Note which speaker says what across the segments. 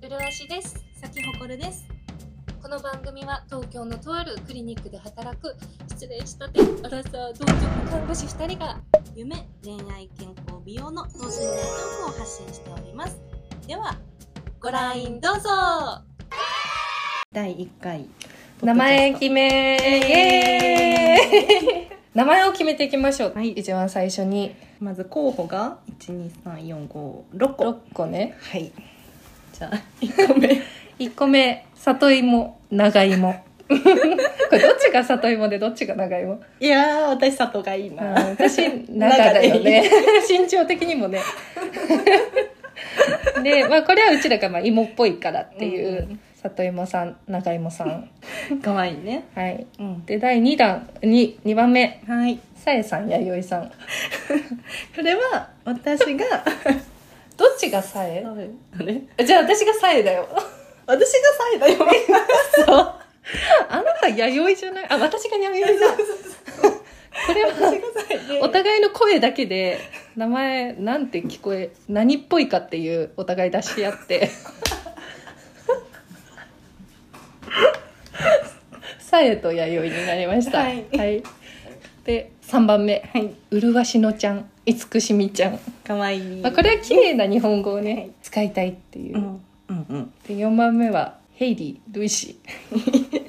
Speaker 1: ブルワシです
Speaker 2: 咲ほこるです。
Speaker 1: この番組は東京のとあるクリニックで働く失礼したてアラサー同族看護師2人が
Speaker 2: 夢、恋愛、健康、美容の等身大トークを発信しております。では、
Speaker 1: ご覧どうぞ
Speaker 2: 第一回。
Speaker 3: 名前
Speaker 2: め。
Speaker 3: 決めイエーイ名前を決めていきましょう、
Speaker 2: はい
Speaker 3: 一番最初に
Speaker 2: まず候補が一二三四五六個。
Speaker 3: 6個ね
Speaker 2: はい。じゃあ一個 目。
Speaker 3: 1個目里芋長 芋これどっちが里芋でどっちが長芋、
Speaker 2: いやー、私佐藤がいい
Speaker 3: うん、
Speaker 2: な。
Speaker 3: 私長だよね 身長的にもねで、まあ、これはうちらがまあ芋っぽいからっていう、
Speaker 2: うん
Speaker 3: 里芋さん長芋さん
Speaker 2: 可愛いね。
Speaker 3: はい
Speaker 2: うん。
Speaker 3: で第2弾 2, 2番目
Speaker 2: はい。
Speaker 3: さえさん弥生さん
Speaker 2: これは私 が。
Speaker 3: どっちがさえ
Speaker 2: あれ。あれ
Speaker 3: じゃあ私がさえだよ
Speaker 2: 私がサイだよ。そう。
Speaker 3: あなた弥生じゃないあ、私が弥生だ。これは、
Speaker 2: 私がサイで
Speaker 3: お互いの声だけで、名前なんて聞こえ、何っぽいかっていうお互い出し合って。さえと弥生になりました。
Speaker 2: はい
Speaker 3: で、3番目。
Speaker 2: はい。
Speaker 3: うるわしのちゃん、慈しみちゃん。
Speaker 2: 可愛い。
Speaker 3: まあ、これは綺麗な日本語をね、使いたいっていうう。
Speaker 2: ん。うんうん。
Speaker 3: で4番目はヘイリー・ルイシ ーで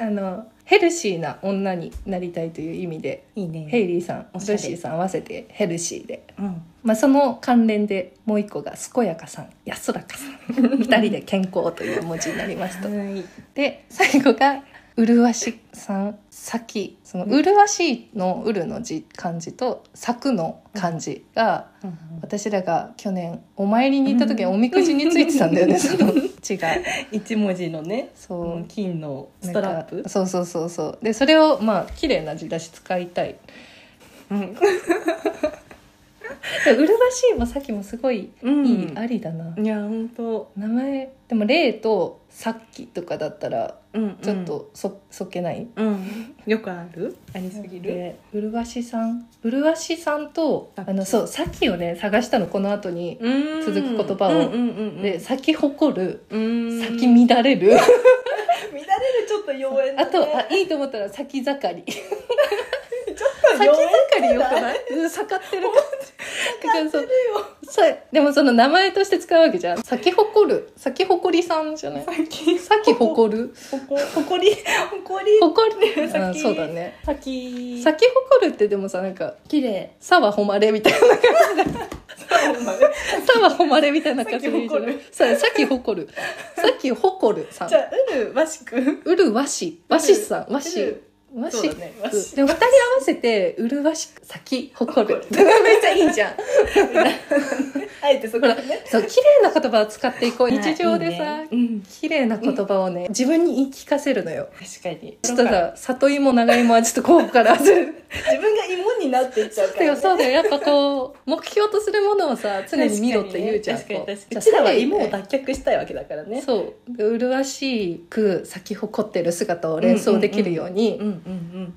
Speaker 3: あのヘルシーな女になりたいという意味で、
Speaker 2: いいね。
Speaker 3: ヘイリーさん
Speaker 2: お
Speaker 3: ル
Speaker 2: しゃれ
Speaker 3: イシーさん合わせてヘルシーで、
Speaker 2: うん。
Speaker 3: まあ、その関連でもう一個が健やかさん安らかさん 二人で健康という文字になりますと
Speaker 2: はい。
Speaker 3: で最後が麗しさん咲その麗しいの「うる」の字漢字と「咲く」の漢字が私らが去年お参りに行った時はおみくじについてたんだよね、その血が
Speaker 2: 一文字のね、
Speaker 3: そう、
Speaker 2: 金の
Speaker 3: なんか
Speaker 2: ストラップ。
Speaker 3: そうそうそうそうでそれをまあ綺麗な字だし使いたい
Speaker 2: うん。
Speaker 3: で麗しいもさっきもすごいいい、
Speaker 2: うん
Speaker 3: ありだない
Speaker 2: や本当。
Speaker 3: 名前でも「霊」と「さっき」とかだったら
Speaker 2: うん
Speaker 3: ちょっ。とそ,、そっけない
Speaker 2: うん。よくある？ありすぎる。
Speaker 3: で麗しさん麗しさんとあのそう「さっき」をね探したのこの後に、
Speaker 2: うん
Speaker 3: 続く言葉を
Speaker 2: うんうんうんうん。
Speaker 3: で「咲き誇る」
Speaker 2: うん。
Speaker 3: 咲き乱れる」
Speaker 2: 乱れるちょっと妖艶だ
Speaker 3: あ
Speaker 2: ね。
Speaker 3: とあいいと思ったら「咲き盛り」
Speaker 2: ち
Speaker 3: 先
Speaker 2: ょっと
Speaker 3: 盛りよ く
Speaker 2: い？
Speaker 3: ないうん、盛ってる感じ。だからそうさでもその名前として使うわけじゃん。咲き誇る。咲き誇りさんじゃない
Speaker 2: 先
Speaker 3: 咲き誇る。
Speaker 2: ほこほこりほこり
Speaker 3: 誇る。
Speaker 2: 咲き
Speaker 3: うん、そうだね。
Speaker 2: 先
Speaker 3: 咲き誇るってでもさ、なんか、
Speaker 2: 綺麗。
Speaker 3: さは誉れみたいな、さは誉れみたいな感じでいいじゃないさ、咲き誇る。咲き誇るさん
Speaker 2: じ。ゃあうるわしく。
Speaker 3: うるわし。わしさん。わ
Speaker 2: う
Speaker 3: し
Speaker 2: る。
Speaker 3: わ
Speaker 2: そう
Speaker 3: し
Speaker 2: だねわし。
Speaker 3: でも二人合わせて、うるわし、咲き誇る。めっちゃいいじゃん。
Speaker 2: あえてそこだね。
Speaker 3: そう綺麗な言葉を使っていこう日常で
Speaker 2: は
Speaker 3: さ
Speaker 2: いいいねうん
Speaker 3: 綺麗な言葉をね自分に言い聞かせるのよ
Speaker 2: 確かに。
Speaker 3: ちょっとさ里芋長芋はちょっと候補から外 れる
Speaker 2: 自分が芋になっていっちゃうか
Speaker 3: だよ
Speaker 2: ら、
Speaker 3: そうだよやっぱこう目標とするものをさ常に見ろって言うじゃん
Speaker 2: 確かに
Speaker 3: こ
Speaker 2: 確か
Speaker 3: じ
Speaker 2: に
Speaker 3: ゃ
Speaker 2: うちら
Speaker 3: あ
Speaker 2: は
Speaker 3: 最後
Speaker 2: 芋を脱却したいわけだからね
Speaker 3: そうで麗しく咲き誇ってる姿を連想できるように、
Speaker 2: んうん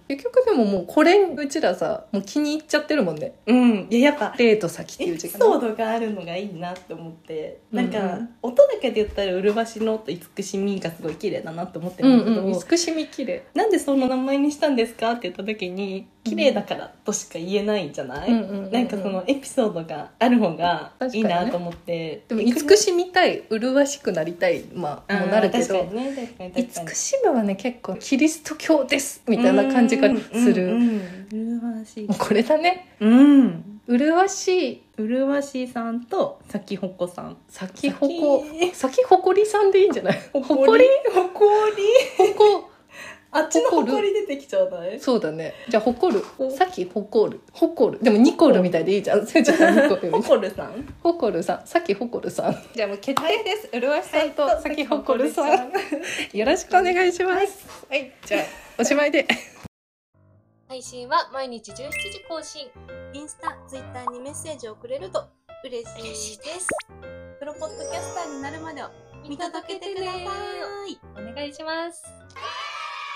Speaker 3: 結局でももうこれうちらさもう気に入っちゃってるもんね
Speaker 2: うんうんいややっぱ
Speaker 3: 「霊と咲き」ってい
Speaker 2: エ
Speaker 3: う
Speaker 2: ピ
Speaker 3: 時
Speaker 2: ソ
Speaker 3: 間
Speaker 2: ードがあるのがいいなって思って
Speaker 3: うん
Speaker 2: な
Speaker 3: うんん
Speaker 2: か音だけで言ったら「うるばしの」と「慈しみ」がすごい綺麗だなって思って
Speaker 3: う
Speaker 2: るん
Speaker 3: ん
Speaker 2: だけど、
Speaker 3: うん慈しみ綺麗
Speaker 2: なんでその名前にしたんですかって言った時に「綺麗だから」としか言えないじゃない、
Speaker 3: うんうんうんうん
Speaker 2: なんかそのエピソードがある方がいいなと思って、
Speaker 3: でも慈しみたい麗しくなりたいまあもうなるけど
Speaker 2: あー確かにね確かに確かに
Speaker 3: 慈しむはね結構キリスト教ですみたいな感じがする、
Speaker 2: うんうんうん麗しい
Speaker 3: もうこれだね
Speaker 2: うん
Speaker 3: 麗しいう
Speaker 2: るわしさんとさきほこさん
Speaker 3: 咲き誇咲き誇りさんでいいんじゃない 誇
Speaker 2: 誇り
Speaker 3: り
Speaker 2: 誇り
Speaker 3: 誇
Speaker 2: あっちの
Speaker 3: 誇る
Speaker 2: 誇り出てきちゃうない
Speaker 3: そうだねじゃあ誇る
Speaker 2: ほ
Speaker 3: 咲き誇る誇るでもニコルみたいでいいじゃ んそれじゃあニコルみたい
Speaker 2: 誇るさん
Speaker 3: 誇るさん咲き誇るさんじゃあもう決定です麗しさんと咲き誇るさんよろしくお願いしますはいじゃあおしまいで
Speaker 1: 配信は毎日17時更新
Speaker 2: インスタツイッターにメッセージをくれると嬉
Speaker 1: 嬉しいです
Speaker 2: プロポッドキャスターになるまでを見届けてください
Speaker 1: お願いします